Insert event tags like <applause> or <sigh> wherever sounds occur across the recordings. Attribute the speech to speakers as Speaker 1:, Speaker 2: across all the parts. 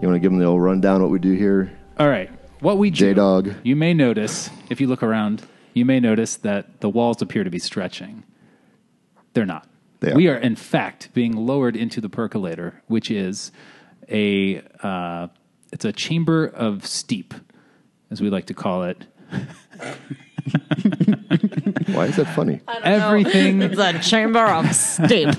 Speaker 1: You want to give them the old rundown what we do here?
Speaker 2: All right. What we do,
Speaker 1: J-Dog.
Speaker 2: you may notice, if you look around, you may notice that the walls appear to be stretching. They're not.
Speaker 1: They are.
Speaker 2: We are, in fact, being lowered into the percolator, which is a uh, it's a chamber of steep, as we like to call it.
Speaker 1: Why is that funny?
Speaker 3: <laughs>
Speaker 2: Everything
Speaker 3: The chamber
Speaker 2: <laughs>
Speaker 3: of steep.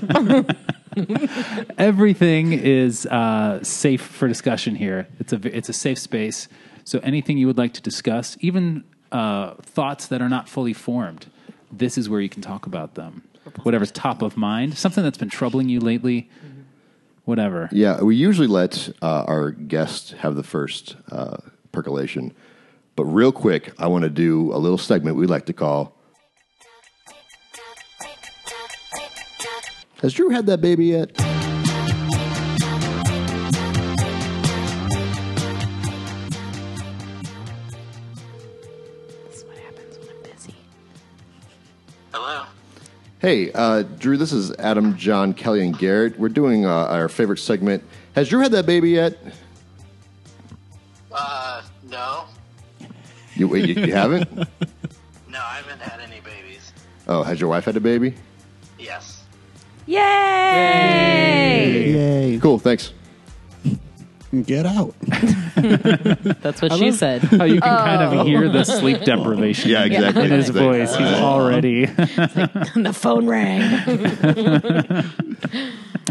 Speaker 2: everything is uh, safe for discussion here. It's a it's a safe space. So anything you would like to discuss, even uh, thoughts that are not fully formed, this is where you can talk about them. Whatever's top of mind, something that's been troubling you lately, whatever.
Speaker 1: Yeah, we usually let uh, our guests have the first uh, percolation. But real quick, I want to do a little segment we like to call. Has Drew had that baby yet?
Speaker 3: That's what happens when I'm busy.
Speaker 4: Hello.
Speaker 1: Hey, uh, Drew, this is Adam, John, Kelly, and Garrett. We're doing uh, our favorite segment. Has Drew had that baby yet?
Speaker 4: Uh, no.
Speaker 1: You, wait, you, you haven't?
Speaker 4: No, I haven't had any babies.
Speaker 1: Oh, has your wife had a baby?
Speaker 4: Yes.
Speaker 3: Yay!
Speaker 5: Yay.
Speaker 1: Cool, thanks.
Speaker 5: Get out.
Speaker 3: That's what she said. <laughs>
Speaker 2: How you can kind
Speaker 3: Oh.
Speaker 2: of hear the sleep deprivation
Speaker 1: Yeah, exactly.
Speaker 2: in his
Speaker 1: Exactly.
Speaker 2: voice. He's already
Speaker 3: and the phone rang.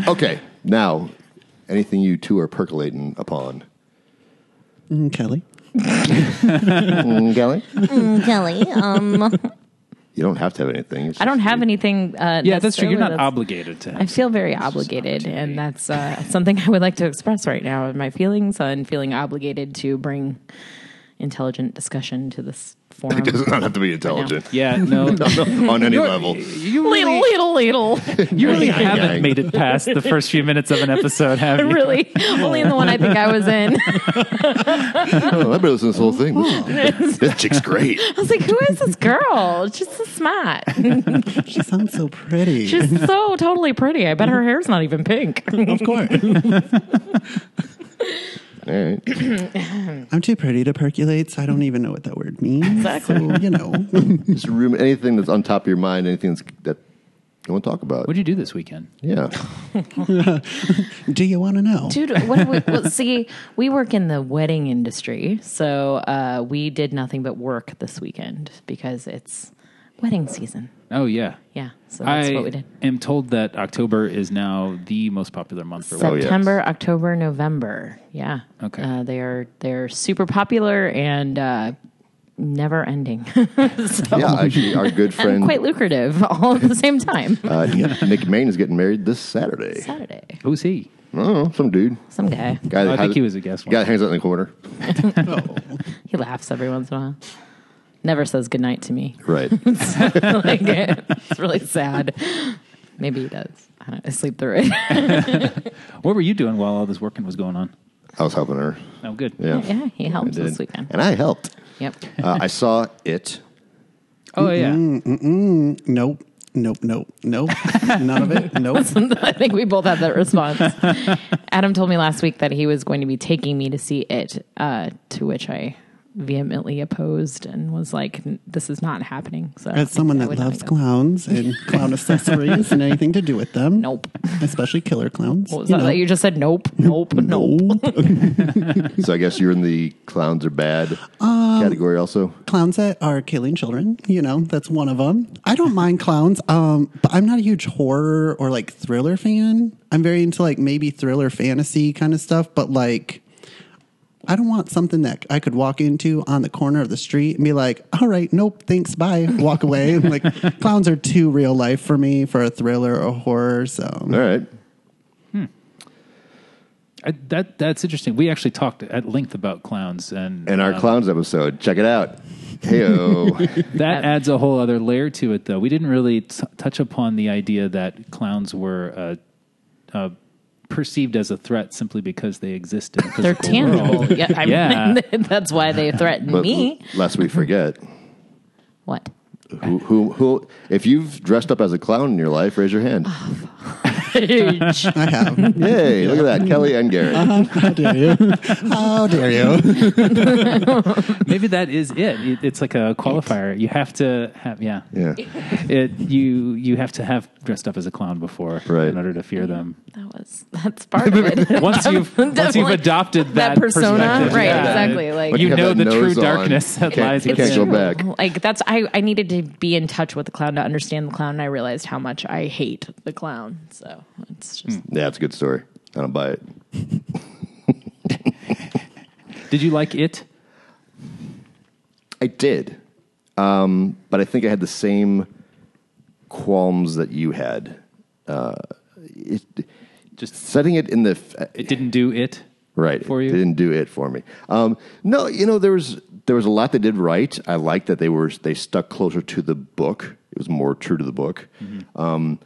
Speaker 1: Okay, now, anything you two are percolating upon?
Speaker 5: Mm, Kelly.
Speaker 2: Mm-hmm.
Speaker 1: Mm, <laughs> Kelly?
Speaker 3: <laughs> Kelly, um,
Speaker 1: You don't have to have anything. It's
Speaker 3: I don't have anything. Uh,
Speaker 2: yeah. <laughs> That's true.
Speaker 3: necessarily
Speaker 2: You're not
Speaker 3: that's-
Speaker 2: obligated to.
Speaker 3: I
Speaker 2: Have
Speaker 3: feel very obligated, and that's uh, something I would like to express right now. My feelings on feeling obligated to bring intelligent discussion to this forum.
Speaker 1: It does not have to be intelligent
Speaker 2: <laughs>
Speaker 1: <laughs>
Speaker 2: yeah, no.
Speaker 1: on any level.
Speaker 2: <laughs> You
Speaker 3: <laughs> Little,
Speaker 2: really,
Speaker 3: little, little.
Speaker 2: you really haven't
Speaker 1: gang.
Speaker 2: made it past the first few minutes of an episode,
Speaker 3: <laughs>
Speaker 2: have you?
Speaker 3: really, only in the one I think I was in. <laughs> I
Speaker 1: Oh, I've been listening to this whole thing.
Speaker 2: Oh.
Speaker 1: <laughs> This, this chick's
Speaker 2: <laughs>
Speaker 1: great.
Speaker 3: was like, "Who is this girl? She's so smart.
Speaker 5: She sounds so pretty.
Speaker 3: She's so totally pretty. I bet her hair's not even pink."
Speaker 5: of course.
Speaker 1: All right.
Speaker 5: I'm too pretty to percolate, so I don't even know what that word means.
Speaker 3: Exactly.
Speaker 5: So, you know.
Speaker 1: Just room, anything that's on top of your mind, anything that's, that you want to talk about.
Speaker 2: What did you do this weekend? <laughs>
Speaker 1: yeah.
Speaker 5: Do you want to know?
Speaker 3: Dude, what do we, well, see, we work in the wedding industry, so uh, we did nothing but work this weekend because it's wedding season.
Speaker 2: Oh yeah,
Speaker 3: Yeah, so that's
Speaker 2: I
Speaker 3: what we did.
Speaker 2: am told that October is now the most popular month for
Speaker 1: So-
Speaker 2: weddings.
Speaker 1: yes.
Speaker 3: September, October, November. Yeah.
Speaker 2: Oh, Okay.
Speaker 3: Uh, they are they're super popular and uh, never ending. <laughs> so
Speaker 1: Yeah, actually, our
Speaker 2: <laughs>
Speaker 1: good
Speaker 3: and
Speaker 1: friend
Speaker 3: quite lucrative <laughs> all at the same time.
Speaker 1: uh, Nick Main is getting married this Saturday.
Speaker 3: Saturday.
Speaker 2: Who's he?
Speaker 1: Oh, some dude.
Speaker 3: Some guy.
Speaker 1: Guy that
Speaker 2: Oh, I think
Speaker 1: has-
Speaker 2: he was a guest
Speaker 1: Guy
Speaker 2: one.
Speaker 1: that hangs out in the
Speaker 2: <laughs>
Speaker 1: corner.
Speaker 3: He laughs every once in a while. Never says goodnight to me. <laughs>
Speaker 1: Right.
Speaker 3: like <laughs> it's really sad. Maybe he does. I don't know, sleep through it.
Speaker 2: What were you doing while all this working was going on?
Speaker 1: I was helping her.
Speaker 2: Oh, good.
Speaker 1: Yeah.
Speaker 3: yeah, he
Speaker 1: I
Speaker 3: helped
Speaker 1: did.
Speaker 3: this weekend.
Speaker 1: And I helped.
Speaker 3: Yep.
Speaker 1: Uh, I saw it.
Speaker 2: Oh yeah.
Speaker 5: Nope. Nope. Nope. Nope. None
Speaker 3: <laughs>
Speaker 5: of it. Nope.
Speaker 3: <laughs> I think we both had that response. Adam told me last week that he was going to be taking me to see it, uh, to which I vehemently opposed and was like, "N- "This is not happening." So,
Speaker 5: As someone
Speaker 3: I
Speaker 5: that
Speaker 3: would not
Speaker 5: loves
Speaker 3: go.
Speaker 5: clowns and clown accessories and anything to do with them.
Speaker 3: nope.
Speaker 5: Especially killer clowns.
Speaker 3: What was
Speaker 5: you
Speaker 3: that?
Speaker 5: know.
Speaker 3: That you just said nope, nope, nope.
Speaker 1: So I guess you're in the clowns are bad category also.
Speaker 5: clowns that are killing children. You know, that's one of them. I don't mind clowns, um, but I'm not a huge horror or like thriller fan. I'm very into like maybe thriller fantasy kind of stuff, but like. I don't want something that I could walk into on the corner of the street and be like, all right, nope, thanks, bye, walk away. And like, <laughs> clowns are too real life for me for a thriller or horror. So,
Speaker 1: All right.
Speaker 2: I, that that's interesting. We actually talked at length about clowns, and
Speaker 1: And our
Speaker 2: uh,
Speaker 1: clowns episode. Check it out. <laughs> Heyo.
Speaker 2: that adds a whole other layer to it. Though we didn't really t- touch upon the idea that clowns were. Uh, uh, Perceived as a threat simply because they exist in the
Speaker 3: They're
Speaker 2: physical <laughs>
Speaker 3: tangible.
Speaker 2: world.
Speaker 3: <laughs> Yeah, I
Speaker 2: Yeah.
Speaker 3: mean, <laughs> that's why they threatened
Speaker 1: but
Speaker 3: me.
Speaker 1: l- lest we forget.
Speaker 3: What? <laughs>
Speaker 1: Who, who, who, if you've dressed up as a clown in your life, raise your hand.
Speaker 3: Huge.
Speaker 5: I have.
Speaker 1: Yay, look at that. Kelly and Gary.
Speaker 5: How dare you? How dare you?
Speaker 2: Maybe that is it. it. It's like a qualifier. You have to have yeah.
Speaker 1: Yeah.
Speaker 2: It you you have to have dressed up as a clown before
Speaker 1: Right.
Speaker 2: in order to fear
Speaker 3: <laughs>
Speaker 2: them.
Speaker 3: That was that's part
Speaker 2: <laughs>
Speaker 3: of it.
Speaker 2: Once
Speaker 3: <laughs>
Speaker 2: you've once you've
Speaker 3: Definitely.
Speaker 2: adopted
Speaker 3: That
Speaker 2: that,
Speaker 3: persona,
Speaker 2: perspective,
Speaker 3: right, exactly, like- But
Speaker 2: you
Speaker 1: you have
Speaker 2: know the
Speaker 1: that
Speaker 2: true
Speaker 1: nose on.
Speaker 2: darkness that
Speaker 1: Can't-
Speaker 2: lies
Speaker 1: you
Speaker 2: within.
Speaker 1: can't go back.
Speaker 3: Like that's I I needed to be in touch with the clown to understand the clown and I realized how much I hate the clown. So it's just
Speaker 1: Yeah, it's a good story. I don't buy it.
Speaker 2: Did you like it?
Speaker 1: I did. Um, but I think I had the same qualms that you had. Uh, it,
Speaker 2: Just-
Speaker 1: setting it in the f-
Speaker 2: It didn't do it
Speaker 1: right
Speaker 2: for you.
Speaker 1: They didn't do it for me. Um, no, you know there was there was a lot they did right. I liked that they were they stuck closer to the book. It was more true to the book.
Speaker 2: Mm-hmm.
Speaker 1: Um,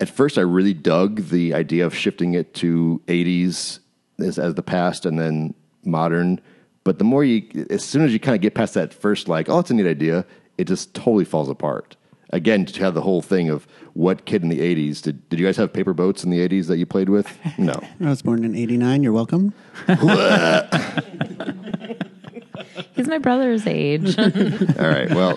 Speaker 1: at first, I really dug the idea of shifting it to '80s as, as the past and then modern. But the more you, as soon as you kind of get past that first, like, oh, it's a neat idea, it just totally falls apart. Again, to have the whole thing of what kid in the '80s did? Did you guys have paper boats in the '80s that you played
Speaker 2: <laughs>
Speaker 1: with? No.
Speaker 5: I was born in 89. You're welcome.
Speaker 3: he's my
Speaker 1: <laughs>
Speaker 3: brother's age.
Speaker 1: All right.
Speaker 3: <laughs>
Speaker 1: Well,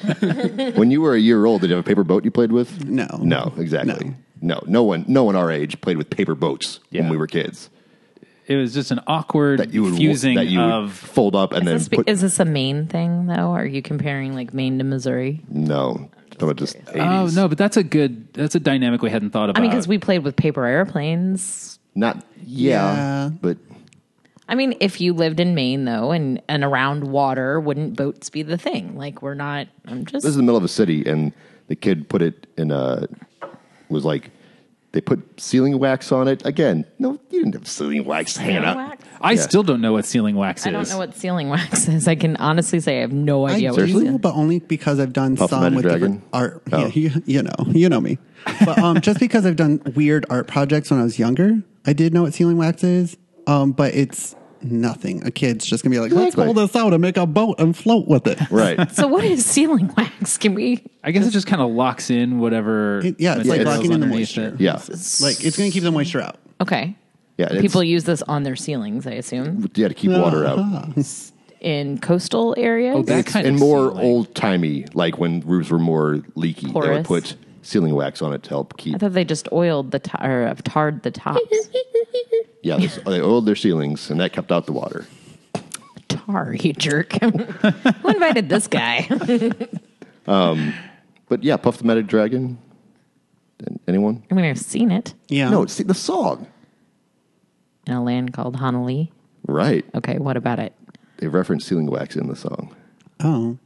Speaker 1: when you were a year old, did you have a paper boat you played with?
Speaker 5: No.
Speaker 1: No, exactly. No, no, one, no one our age played with paper boats
Speaker 2: Yeah.
Speaker 1: when we were kids.
Speaker 2: It was just an awkward
Speaker 1: That you would
Speaker 2: fusing
Speaker 1: that you would
Speaker 2: of
Speaker 1: fold up and then
Speaker 3: Is this, be-
Speaker 1: put.
Speaker 3: is this a Maine thing though? Are you comparing like Maine to Missouri?
Speaker 1: no, that was just
Speaker 2: oh
Speaker 1: eighties.
Speaker 2: no, but that's a good that's a dynamic we hadn't thought
Speaker 3: I
Speaker 2: about.
Speaker 3: mean, because we played with paper airplanes.
Speaker 1: not yeah,
Speaker 5: Yeah.
Speaker 1: but
Speaker 3: I mean, if you lived in Maine though, and and around water, wouldn't boats be the thing? Like we're not. I'm just.
Speaker 1: this is the middle of a city, and the kid put it in a was like they put sealing wax on it again. No, you didn't have sealing wax hanging
Speaker 3: Sealing
Speaker 1: out.
Speaker 3: wax?
Speaker 2: I still don't know what sealing wax
Speaker 3: I
Speaker 2: is.
Speaker 3: don't know what sealing wax <laughs> is. I can honestly say I have no
Speaker 5: I
Speaker 3: idea what it
Speaker 5: do,
Speaker 3: is.
Speaker 5: but only because I've done
Speaker 1: Puff
Speaker 5: some
Speaker 1: Magic
Speaker 5: with
Speaker 1: Dragon?
Speaker 5: different art.
Speaker 1: Oh.
Speaker 5: <laughs> Yeah, you, you know, you know me. But um, just because I've done weird art projects when I was younger, I did know what sealing wax is. Um, but it's nothing. A kid's just gonna be like, let's
Speaker 1: Exactly.
Speaker 5: pull this out and make a boat and float with it.
Speaker 1: right.
Speaker 3: <laughs> So what is sealing wax? Can we?
Speaker 2: I guess it just kind of locks in whatever.
Speaker 5: It- yeah, it's like
Speaker 2: materials
Speaker 5: locking in the
Speaker 2: underneath
Speaker 5: moisture.
Speaker 2: it.
Speaker 1: Yeah,
Speaker 5: Like it's gonna keep the moisture out.
Speaker 3: Okay.
Speaker 1: Yeah, it's-
Speaker 3: People use this on their ceilings, I assume,
Speaker 1: you had to keep water out.
Speaker 3: in coastal areas.
Speaker 2: Oh, that
Speaker 1: It's-
Speaker 2: kind
Speaker 1: and
Speaker 2: of
Speaker 1: more
Speaker 2: sealing.
Speaker 1: old timey, like when roofs were more leaky, they would
Speaker 3: Porous.
Speaker 1: put sealing wax on it to help
Speaker 3: I
Speaker 1: keep.
Speaker 3: thought they just oiled the t- or uh, tarred
Speaker 1: <laughs>
Speaker 3: the tops.
Speaker 1: Yeah, they, they oiled their ceilings, and that kept out the water.
Speaker 3: Tar, you jerk! <laughs> Who invited this guy? <laughs>
Speaker 1: But yeah, Puff the Magic Dragon. An- Anyone?
Speaker 3: I mean, I've seen it
Speaker 5: Yeah.
Speaker 1: No, it's the song.
Speaker 3: in a land called Honolulu.
Speaker 1: Right.
Speaker 3: Okay, what about it?
Speaker 1: They reference sealing wax in the song.
Speaker 5: oh.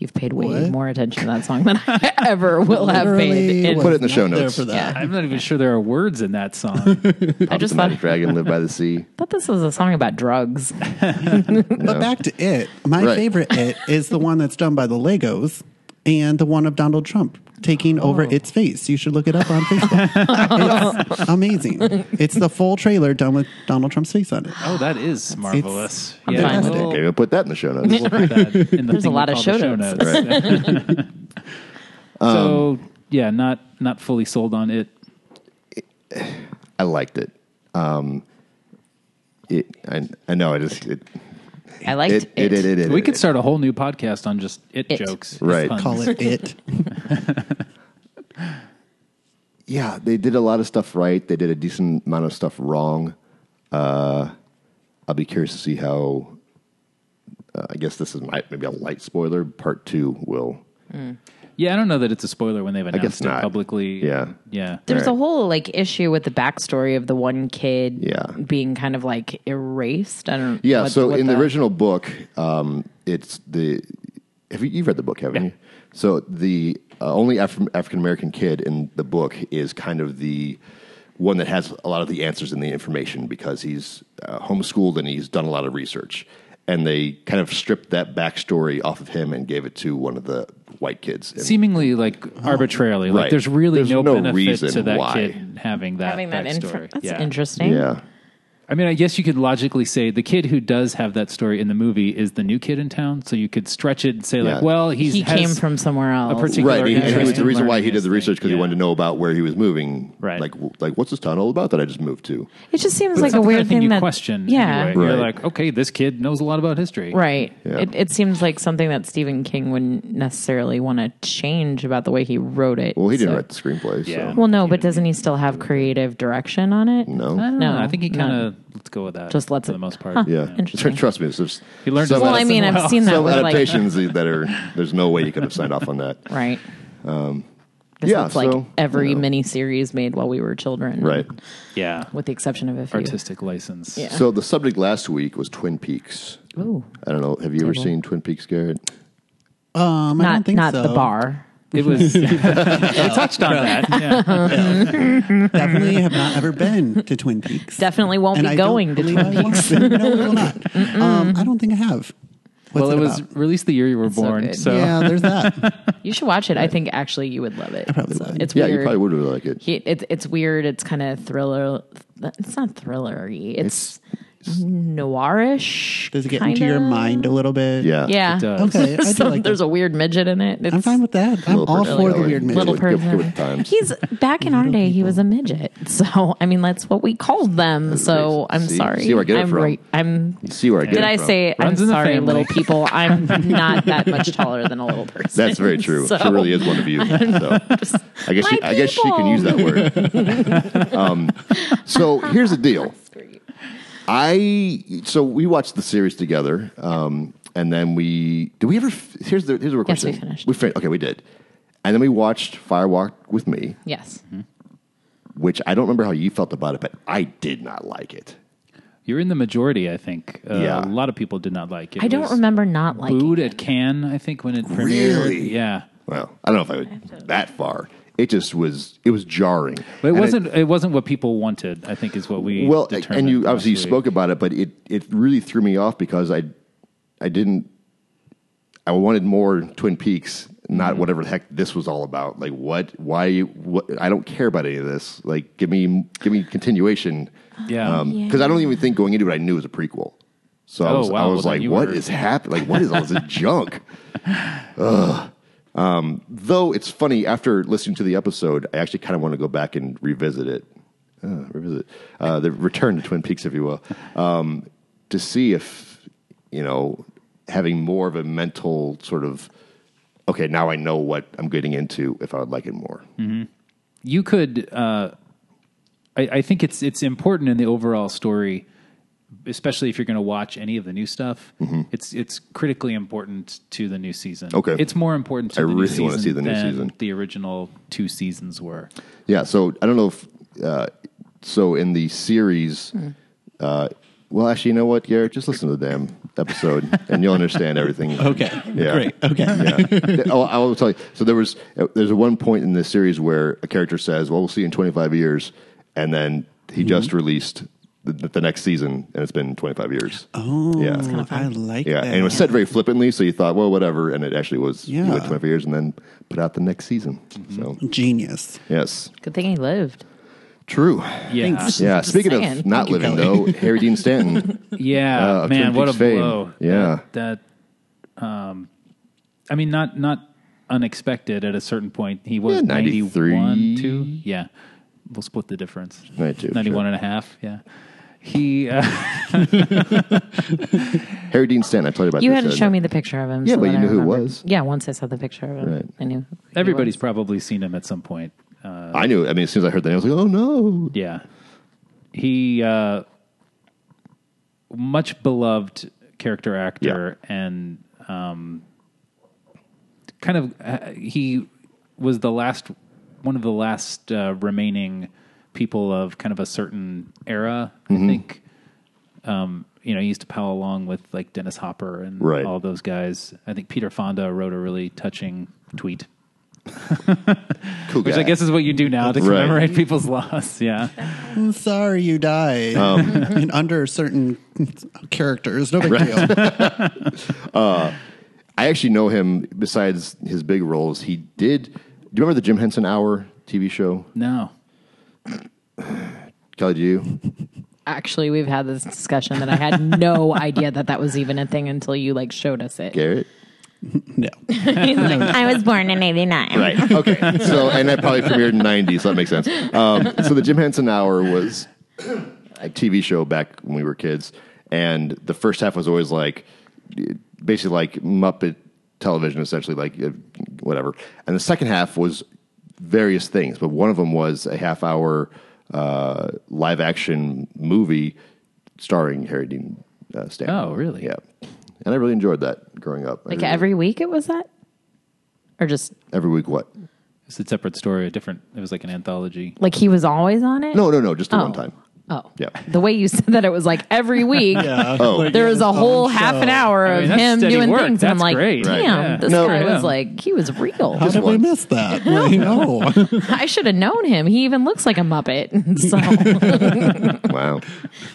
Speaker 3: You've paid way
Speaker 5: What?
Speaker 3: more attention to that song than I <laughs> ever will have paid.
Speaker 5: Literally
Speaker 3: In,
Speaker 5: was
Speaker 1: Put it in the
Speaker 5: not
Speaker 1: show
Speaker 5: there
Speaker 1: notes.
Speaker 5: For that.
Speaker 3: yeah,
Speaker 2: I'm not even sure there are words in that <laughs> song.
Speaker 3: I just
Speaker 1: the
Speaker 3: thought,
Speaker 1: Magic Dragon lived by the
Speaker 3: <laughs>
Speaker 1: sea.
Speaker 3: thought this was a song about drugs.
Speaker 5: But back to it. My
Speaker 1: Right.
Speaker 5: favorite it is the one that's done by the Legos and the one of Donald Trump taking over
Speaker 3: Oh.
Speaker 5: its face. You should look it up
Speaker 3: <laughs>
Speaker 5: on Facebook. it's amazing. It's the full trailer done with Donald Trump's face on it.
Speaker 2: Oh, that is marvelous.
Speaker 5: I'm
Speaker 2: yeah,
Speaker 3: fine with
Speaker 2: we'll-
Speaker 1: Okay, we'll put that in the show notes.
Speaker 3: <laughs>
Speaker 2: we'll put that in the
Speaker 3: There's
Speaker 2: thing
Speaker 3: a lot
Speaker 2: we
Speaker 3: of
Speaker 2: call the
Speaker 3: show notes.
Speaker 1: <laughs> Um,
Speaker 2: so yeah, not not fully sold on it.
Speaker 1: I liked it. Um, it I, I know. I just it,
Speaker 3: I liked
Speaker 1: it,
Speaker 3: it.
Speaker 1: it, it, it, it,
Speaker 2: we
Speaker 1: it,
Speaker 2: could start a whole new podcast on just it,
Speaker 3: It.
Speaker 2: jokes,
Speaker 1: Right.
Speaker 2: Puns.
Speaker 5: Call
Speaker 3: <laughs>
Speaker 5: it it.
Speaker 1: yeah, they did a lot of stuff right. They did a decent amount of stuff wrong. Uh, I'll be curious to see how. Uh, I guess this is my, maybe a light spoiler. Part two will.
Speaker 2: Yeah, I don't know that it's a spoiler when they've announced
Speaker 1: guess
Speaker 2: it
Speaker 1: not.
Speaker 2: publicly.
Speaker 1: Yeah.
Speaker 2: yeah.
Speaker 3: There's a
Speaker 1: Right.
Speaker 3: whole like issue with the backstory of the one kid
Speaker 1: Yeah.
Speaker 3: being kind of like erased. I don't.
Speaker 1: Yeah.
Speaker 3: what-
Speaker 1: so
Speaker 3: what
Speaker 1: in the, original book, um, it's the. Have you you've read the book, haven't you? So the uh, only Afri- African American kid in the book is kind of the one that has a lot of the answers and the information because he's uh, homeschooled and he's done a lot of research. And they kind of stripped that backstory off of him and gave it to one of the white kids. And-
Speaker 2: Seemingly like arbitrarily, like
Speaker 1: Right.
Speaker 2: there's really
Speaker 1: There's
Speaker 2: no,
Speaker 1: no
Speaker 2: benefit
Speaker 1: reason
Speaker 2: to that
Speaker 1: why.
Speaker 2: kid having that
Speaker 3: having that
Speaker 2: backstory.
Speaker 3: info. That's
Speaker 2: yeah.
Speaker 3: interesting.
Speaker 1: yeah.
Speaker 2: I mean, I guess you could logically say the kid who does have that story in the movie is the new kid in town. So you could stretch it and say, like,
Speaker 1: Yeah.
Speaker 2: well, he's,
Speaker 3: he
Speaker 2: has
Speaker 3: came from somewhere else.
Speaker 2: particular-
Speaker 1: Right, he, and he
Speaker 2: interest
Speaker 1: was the
Speaker 2: in
Speaker 1: reason why
Speaker 2: learning
Speaker 1: he did
Speaker 2: this
Speaker 1: the research because
Speaker 2: thing,
Speaker 1: he wanted to
Speaker 2: yeah.
Speaker 1: know about where he was moving.
Speaker 2: Right.
Speaker 1: like w- like what's this town all about that I just moved to?
Speaker 3: It just seems
Speaker 2: But
Speaker 3: like
Speaker 2: it's not the
Speaker 3: a
Speaker 2: kind
Speaker 3: weird
Speaker 2: of thing, you
Speaker 3: that
Speaker 2: question.
Speaker 3: Yeah,
Speaker 2: anyway. You're
Speaker 1: Right.
Speaker 2: like, okay, this kid knows a lot about history.
Speaker 3: right.
Speaker 1: Yeah.
Speaker 3: It, it seems like something that Stephen King wouldn't necessarily want to change about the way he wrote it.
Speaker 1: Well, he didn't
Speaker 3: so-
Speaker 1: write the screenplay.
Speaker 2: Yeah.
Speaker 1: So.
Speaker 3: Well, no, but doesn't he still have creative direction on it?
Speaker 2: I
Speaker 1: No.
Speaker 2: don't
Speaker 3: No,
Speaker 2: know. I think he
Speaker 3: no.
Speaker 2: kind of let's go with that.
Speaker 3: Just lets
Speaker 2: for
Speaker 3: it-
Speaker 2: the most part.
Speaker 3: Huh.
Speaker 1: Yeah.
Speaker 3: Interesting.
Speaker 1: Trust me, it's just
Speaker 2: He learned
Speaker 1: some,
Speaker 2: his
Speaker 3: Well, I
Speaker 2: lesson
Speaker 3: mean,
Speaker 2: well.
Speaker 3: I've seen that
Speaker 1: some
Speaker 3: with like
Speaker 1: adaptations that are there's no way you could have signed off on that.
Speaker 3: <laughs> right. Um,
Speaker 1: yeah,
Speaker 3: it's like
Speaker 1: so,
Speaker 3: every
Speaker 1: you know.
Speaker 3: miniseries made while we were children,
Speaker 1: Right.
Speaker 2: Yeah,
Speaker 3: With the exception of a few.
Speaker 2: artistic license.
Speaker 3: Yeah.
Speaker 1: So the subject last week was Twin Peaks.
Speaker 3: Ooh,
Speaker 1: I don't know. Have you ever
Speaker 3: Table.
Speaker 1: seen Twin Peaks, Garrett?
Speaker 5: Um, I
Speaker 3: not
Speaker 5: don't think
Speaker 3: not
Speaker 5: so.
Speaker 3: the bar.
Speaker 2: It
Speaker 3: <laughs>
Speaker 2: was. <laughs> we touched on that. Yeah.
Speaker 5: Definitely have not ever been to Twin Peaks.
Speaker 3: Definitely won't
Speaker 5: And
Speaker 3: be
Speaker 5: I
Speaker 3: going to
Speaker 5: don't
Speaker 3: Twin
Speaker 5: believe I
Speaker 3: Peaks.
Speaker 5: will. <laughs> no, I will not. Um, I don't think I have. What's
Speaker 2: Well, it was
Speaker 5: about?
Speaker 2: released the year you were
Speaker 3: so
Speaker 2: born.
Speaker 3: good.
Speaker 2: So,
Speaker 5: Yeah, there's that.
Speaker 3: You should watch it. I think actually you would love it. I
Speaker 5: probably would.
Speaker 3: It's
Speaker 1: yeah,
Speaker 3: weird.
Speaker 1: you probably would have liked it.
Speaker 3: He, it's it's weird. It's kind of thriller. It's not thrillery. It's, noirish.
Speaker 5: Does it get into
Speaker 3: kinda.
Speaker 5: your mind a little bit?
Speaker 1: yeah.
Speaker 3: Yeah.
Speaker 2: It does.
Speaker 5: Okay. I
Speaker 3: <laughs>
Speaker 5: do
Speaker 3: So
Speaker 5: like
Speaker 3: there's
Speaker 5: that.
Speaker 3: a weird midget in it. It's,
Speaker 5: I'm fine with that. I'm
Speaker 1: Little
Speaker 5: all
Speaker 1: person
Speaker 5: for the
Speaker 1: going.
Speaker 5: weird midget.
Speaker 3: little
Speaker 1: Give- give-
Speaker 3: person.
Speaker 1: give it times.
Speaker 3: He's back in our day. He was a midget. <laughs> So I mean, that's what we called them. So I'm
Speaker 1: See-
Speaker 3: sorry.
Speaker 1: see where I get it
Speaker 3: I'm
Speaker 1: from.
Speaker 3: I'm.
Speaker 1: You see where I get
Speaker 3: Did
Speaker 1: it
Speaker 3: I
Speaker 1: from.
Speaker 3: say
Speaker 2: Runs in
Speaker 3: I'm
Speaker 2: the
Speaker 3: sorry,
Speaker 2: family.
Speaker 3: little people?
Speaker 1: <laughs>
Speaker 3: I'm not that much taller than a little person.
Speaker 1: That's very
Speaker 3: <laughs>
Speaker 1: true.
Speaker 3: So-
Speaker 1: She really is one of you. So I guess she,
Speaker 3: My
Speaker 1: I guess she can
Speaker 3: people.
Speaker 1: use that word.
Speaker 3: <laughs>
Speaker 1: um, so here's the deal. I so we watched the series together, um, and then we did we ever f- here's the here's the
Speaker 3: Yes,
Speaker 1: question.
Speaker 3: we finished.
Speaker 1: We fin- okay, we did, and then we watched Firewalk with Me,
Speaker 3: Yes.
Speaker 1: Mm-hmm. which I don't remember how you felt about it, but I did not like it.
Speaker 2: you're in the majority, I think. Uh,
Speaker 1: Yeah.
Speaker 2: A lot of people did not like it.
Speaker 3: I
Speaker 2: It
Speaker 3: don't
Speaker 2: was
Speaker 3: remember not liking
Speaker 2: Booed at Cannes, I think, when it premiered.
Speaker 1: Really?
Speaker 2: Yeah.
Speaker 1: Well, I don't know if I would that far. It just was it was jarring.
Speaker 2: But it
Speaker 1: And
Speaker 2: wasn't. It, wasn't what people wanted. I think is what we
Speaker 1: well
Speaker 2: determined
Speaker 1: and you
Speaker 2: last
Speaker 1: obviously you
Speaker 2: week.
Speaker 1: spoke about it but it, it really threw me off because i i didn't i wanted more twin peaks not
Speaker 2: Mm-hmm.
Speaker 1: whatever the heck this was all about like what why what i don't care about any of this like give me give me continuation
Speaker 2: Yeah.
Speaker 1: because i don't even think going into it i knew it was a prequel so i
Speaker 2: Oh,
Speaker 1: was, I
Speaker 2: wow.
Speaker 1: was
Speaker 2: Well, then
Speaker 1: like
Speaker 2: you
Speaker 1: what
Speaker 2: were-
Speaker 1: is happening like what is all
Speaker 2: <laughs>
Speaker 1: this junk Um, though it's funny after listening to the episode i actually kind of want to go back and revisit it uh, revisit uh, the return to twin peaks if you will um, to see if you know having more of a mental sort of okay now i know what i'm getting into if i would like it more
Speaker 2: you could uh, I, I think it's it's important in the overall story especially if you're going to watch any of the new stuff it's it's critically important to the new season
Speaker 1: Mm-hmm. Okay.
Speaker 2: it's more important to
Speaker 1: I
Speaker 2: the new
Speaker 1: really
Speaker 2: season
Speaker 1: wanna see the new
Speaker 2: than
Speaker 1: season.
Speaker 2: the original two seasons were
Speaker 1: yeah so i don't know if uh, so in the series uh, well actually you know what garrett just listen to the damn episode and you'll understand everything
Speaker 5: Okay.
Speaker 1: Yeah.
Speaker 5: Great. Okay. <laughs>
Speaker 1: yeah. oh, I will tell you. So there was uh, there's one point in this series where a character says, "Well, we'll see you in 25 years," and then he just released the, the next season, and it's been 25 years. Oh, yeah,
Speaker 5: Oh, I like
Speaker 1: yeah.
Speaker 5: that.
Speaker 1: And it was said very flippantly, so you thought, "Well, whatever," and it actually was. Yeah,
Speaker 5: Yeah. Mm-hmm.
Speaker 1: went 25 years, and then put out the next season. So
Speaker 5: Genius.
Speaker 1: yes,
Speaker 3: Good thing he lived.
Speaker 1: true.
Speaker 2: yeah
Speaker 1: <laughs>
Speaker 5: Thanks.
Speaker 1: Yeah.
Speaker 3: Just
Speaker 1: Speaking
Speaker 3: saying.
Speaker 1: of not
Speaker 5: Thank you,
Speaker 1: living though,
Speaker 5: Kelly.
Speaker 1: Harry Dean Stanton.
Speaker 3: <laughs>
Speaker 2: yeah
Speaker 1: Uh,
Speaker 2: man
Speaker 1: Twin
Speaker 2: what a
Speaker 1: Peaks fame.
Speaker 2: blow
Speaker 1: Yeah.
Speaker 2: that, that um i mean not not unexpected at a certain point he was
Speaker 1: Yeah, 93.
Speaker 2: 91 2 yeah we'll split the difference
Speaker 1: 92,
Speaker 2: 91
Speaker 1: sure.
Speaker 2: and a half yeah he uh,
Speaker 1: Harry Dean Stanton. I told you about.
Speaker 3: You
Speaker 1: this, uh,
Speaker 3: had to
Speaker 1: didn't
Speaker 3: show
Speaker 1: I?
Speaker 3: me the picture of him.
Speaker 1: Yeah,
Speaker 3: so
Speaker 1: but
Speaker 3: that
Speaker 1: you
Speaker 3: I
Speaker 1: knew who it
Speaker 3: remembered.
Speaker 1: was.
Speaker 3: Yeah, once I saw the picture of him,
Speaker 1: Right.
Speaker 3: I knew. who he
Speaker 2: everybody's
Speaker 3: was.
Speaker 2: probably seen him at some point
Speaker 1: I knew. I mean, as soon as I heard that, I was like, "Oh no!"
Speaker 2: Yeah. He uh much beloved character actor and um kind of uh, he was the last one of the last uh, remaining people of kind of a certain era, I think. Um you know, he used to pal along with like Dennis Hopper and
Speaker 1: Right.
Speaker 2: all those guys. I think Peter Fonda wrote a really touching tweet,
Speaker 1: Cool
Speaker 2: which
Speaker 1: guy.
Speaker 2: I guess is what you do now to
Speaker 1: Right.
Speaker 2: commemorate people's <laughs> loss. Yeah.
Speaker 5: I'm sorry you died.
Speaker 1: Um,
Speaker 5: <laughs> and under certain characters, no
Speaker 1: <laughs>
Speaker 5: big deal.
Speaker 1: I actually know him besides his big roles. He did. Do you remember the Jim Henson Hour TV show?
Speaker 2: No.
Speaker 1: Kelly, do you?
Speaker 3: actually we've had this discussion that
Speaker 1: <laughs>
Speaker 3: I had no idea that that was even a thing until you like showed us <laughs> it.
Speaker 1: Garrett.
Speaker 5: No.
Speaker 1: <laughs>
Speaker 6: I was born in 89.
Speaker 3: <laughs>
Speaker 1: Right. Okay. So, and that probably premiered in '90, so that makes sense. Um, so, the Jim Henson Hour was a TV show back when we were kids, and the first half was always like basically like Muppet television, essentially like uh, whatever. And the second half was various things, but one of them was a half hour uh, live action movie starring Harry Dean uh, Stanton.
Speaker 2: Oh, really?
Speaker 1: Yeah. And I really enjoyed that growing up. I
Speaker 3: Like
Speaker 1: really-
Speaker 3: every week it was that? Or just
Speaker 1: every week. What?
Speaker 2: It's a separate story, a different. It was like an anthology.
Speaker 3: like he was always on it?
Speaker 1: No, no, no. Just the one
Speaker 3: Oh.
Speaker 1: time.
Speaker 3: Oh. <laughs>
Speaker 1: Yeah.
Speaker 3: The way you said that it was like
Speaker 1: <laughs>
Speaker 3: every week
Speaker 1: Oh.
Speaker 3: there was a whole
Speaker 5: Show.
Speaker 3: half an hour
Speaker 2: I mean,
Speaker 3: of
Speaker 2: that's
Speaker 3: him
Speaker 2: steady
Speaker 3: doing
Speaker 2: work.
Speaker 3: things and I'm
Speaker 2: That's
Speaker 3: like,
Speaker 2: great.
Speaker 3: damn,
Speaker 2: Right.
Speaker 1: Yeah.
Speaker 3: this
Speaker 1: No.
Speaker 3: guy
Speaker 2: Yeah.
Speaker 3: was like he was real.
Speaker 5: How did we
Speaker 1: once.
Speaker 5: miss that? Like,
Speaker 1: <laughs>
Speaker 5: no.
Speaker 3: I should have known him. He even looks like a Muppet. <laughs> So
Speaker 1: Wow.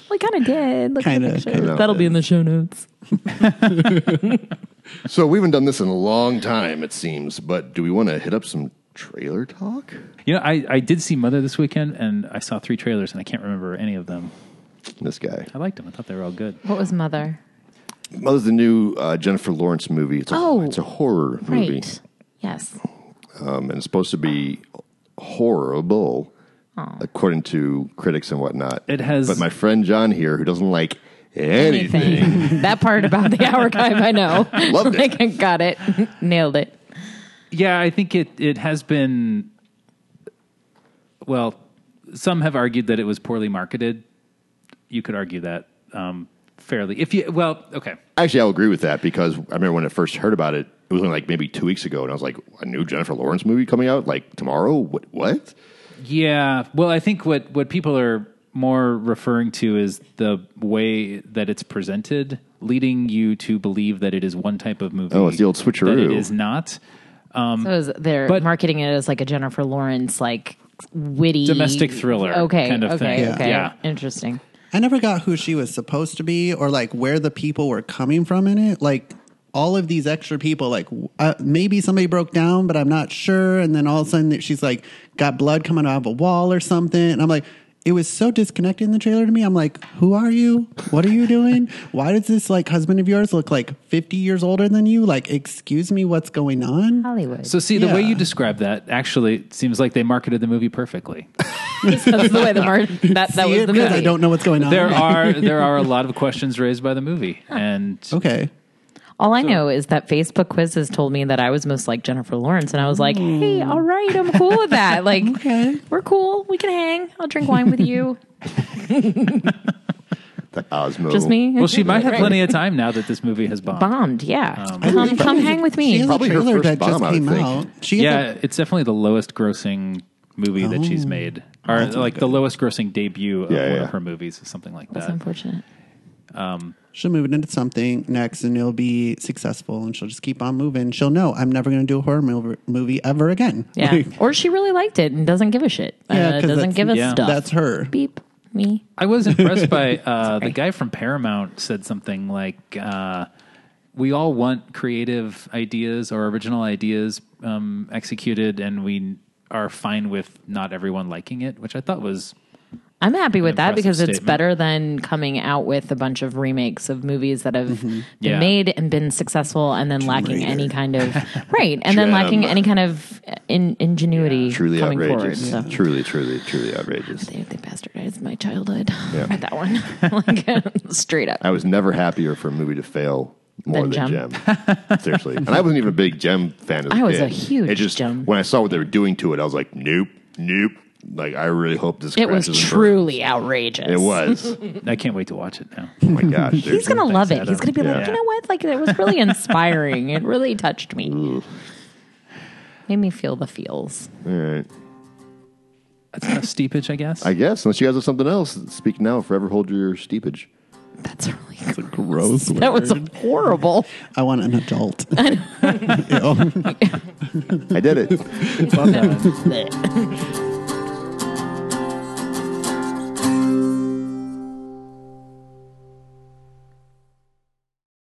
Speaker 3: we kind of did. Look at
Speaker 5: Kinda,
Speaker 3: the pictures.
Speaker 5: kinda.
Speaker 3: That'll be in the show notes.
Speaker 1: So we haven't done this in a long time, it seems. But do we want to hit up some trailer talk?
Speaker 2: You know, I, I did see Mother this weekend, and I saw three trailers, and I can't remember any of them.
Speaker 1: This guy.
Speaker 3: Oh.
Speaker 2: I liked them. I thought they were all good.
Speaker 3: What was mother?
Speaker 1: Mother's the new uh, Jennifer Lawrence movie. It's a,
Speaker 3: Oh.
Speaker 1: it's a horror movie,
Speaker 3: Right. Yes.
Speaker 1: um, and it's supposed to be horrible, according to critics and whatnot.
Speaker 2: It has-
Speaker 1: But my friend John here, who doesn't like anything,
Speaker 5: <laughs>
Speaker 3: that part about the archive, I know.
Speaker 1: Loved it.
Speaker 3: like I got it, <laughs> nailed it.
Speaker 2: Yeah, I think it it has been. Well, some have argued that it was poorly marketed. You could argue that um, fairly. If you well, okay.
Speaker 1: actually, I'll agree with that because I remember when I first heard about it. It was only like maybe two weeks ago, and I was like, a new Jennifer Lawrence movie coming out like tomorrow. What? What?
Speaker 2: Yeah. Well, I think what, what people are more referring to is the way that it's presented, leading you to believe that it is one type of movie.
Speaker 1: Oh, it's the old
Speaker 2: That it
Speaker 1: switcheroo.
Speaker 2: is not.
Speaker 3: So is they're
Speaker 2: But-
Speaker 3: marketing it as like a Jennifer Lawrence, like witty
Speaker 2: Domestic thriller
Speaker 3: Okay,
Speaker 2: kind of
Speaker 3: okay,
Speaker 2: thing.
Speaker 3: okay.
Speaker 2: Yeah.
Speaker 3: Interesting.
Speaker 5: I never got who she was supposed to be or like where the people were coming from in it. Like all of these extra people, like w- uh, maybe somebody broke down, but I'm not sure. And then all of a sudden she's like got blood coming out of a wall or something. And I'm like, it was so disconnected in the trailer to me. I'm like, who are you? What are you doing? Why does this like husband of yours look like 50 years older than you? Like, excuse me, what's going on?
Speaker 3: Hollywood.
Speaker 2: So, see, the way
Speaker 5: Yeah.
Speaker 2: you describe that actually seems like they marketed the movie perfectly.
Speaker 3: <laughs> That's the way the
Speaker 5: <laughs>
Speaker 3: mar- that that
Speaker 5: See
Speaker 3: was
Speaker 5: it?
Speaker 3: the
Speaker 5: Because
Speaker 3: movie.
Speaker 5: I don't know what's going on.
Speaker 2: There are there are a lot of questions raised by the movie, and
Speaker 5: Okay.
Speaker 3: All I know is that Facebook quizzes told me that I was most like Jennifer Lawrence, and I was like, "Hey, all right, I'm cool with
Speaker 5: <laughs>
Speaker 3: that. Like,
Speaker 5: Oh. Okay.
Speaker 3: we're cool. We can hang. I'll drink wine with
Speaker 5: <laughs>
Speaker 3: you.
Speaker 1: The Osmo.
Speaker 3: Just me.
Speaker 2: well, she might have
Speaker 3: Right.
Speaker 2: plenty of Um, time now that this movie has bombed.
Speaker 3: bombed. Yeah, come come hang with
Speaker 5: She
Speaker 3: me.
Speaker 5: has
Speaker 1: Probably
Speaker 5: a
Speaker 1: her
Speaker 5: trailer
Speaker 1: first
Speaker 5: that just
Speaker 1: bomb, I would
Speaker 5: came
Speaker 1: think.
Speaker 5: out. She has a
Speaker 2: Yeah, it's definitely the lowest grossing movie that she's made, or like the lowest grossing debut of
Speaker 1: Yeah,
Speaker 2: one
Speaker 1: yeah.
Speaker 2: of her movies, something like
Speaker 3: That's
Speaker 2: that. <laughs>
Speaker 3: unfortunate.
Speaker 5: She'll move it into something next and it'll be successful and she'll just keep on moving. She'll know I'm never going to do a horror mov- movie ever again.
Speaker 3: Yeah,
Speaker 5: <laughs> Like,
Speaker 3: or she really liked it and doesn't give a shit.
Speaker 5: Yeah,
Speaker 3: uh,
Speaker 5: 'cause
Speaker 3: doesn't
Speaker 5: that's-
Speaker 3: give a
Speaker 2: yeah.
Speaker 3: stuff.
Speaker 5: that's her.
Speaker 3: beep me.
Speaker 2: I was impressed by uh, the guy from Paramount said something like, uh, "We all want creative ideas or original ideas um, executed, and we are fine with not everyone liking it," which I thought was
Speaker 3: I'm happy with that
Speaker 2: impressive
Speaker 3: because it's
Speaker 2: statement.
Speaker 3: better than coming out with a bunch of remakes of movies that have been
Speaker 2: Mm-hmm. Yeah.
Speaker 3: made and been successful and then lacking
Speaker 5: Raider.
Speaker 3: any
Speaker 1: <laughs>
Speaker 3: kind of right and then lacking
Speaker 1: Gem.
Speaker 3: any kind of in, ingenuity
Speaker 1: truly
Speaker 3: coming forward.
Speaker 1: outrageous.
Speaker 3: So.
Speaker 1: Truly, truly, truly outrageous.
Speaker 3: They, they bastardized my childhood <laughs>
Speaker 1: Yeah.
Speaker 3: with that one, like <laughs> straight up.
Speaker 1: I was never happier for a movie to fail more than
Speaker 3: Than
Speaker 1: Gem. Seriously, and I wasn't even a big Gem fan. As a
Speaker 3: I was a
Speaker 1: kid.
Speaker 3: huge
Speaker 1: It just
Speaker 3: Gem.
Speaker 1: when I saw what they were doing to it, I was like, nope, nope. Like I really hope this.
Speaker 3: It was
Speaker 1: crashes and
Speaker 3: truly outrageous.
Speaker 1: burns. It
Speaker 3: <laughs>
Speaker 1: was.
Speaker 2: I can't wait to watch it now.
Speaker 1: Oh my gosh,
Speaker 3: He's gonna love it. He's gonna be
Speaker 1: Yeah.
Speaker 3: like, you know what? Like it
Speaker 1: <laughs>
Speaker 3: was really inspiring. it really touched me. Made me feel the feels.
Speaker 1: All right.
Speaker 2: That's kind of steepage, I guess.
Speaker 1: I guess unless you guys have something else, speak now. or Forever hold your steepage.
Speaker 3: That's really cool.
Speaker 5: Gross.
Speaker 3: <laughs> That was horrible.
Speaker 5: I want an adult.
Speaker 1: I did it.
Speaker 3: Blech.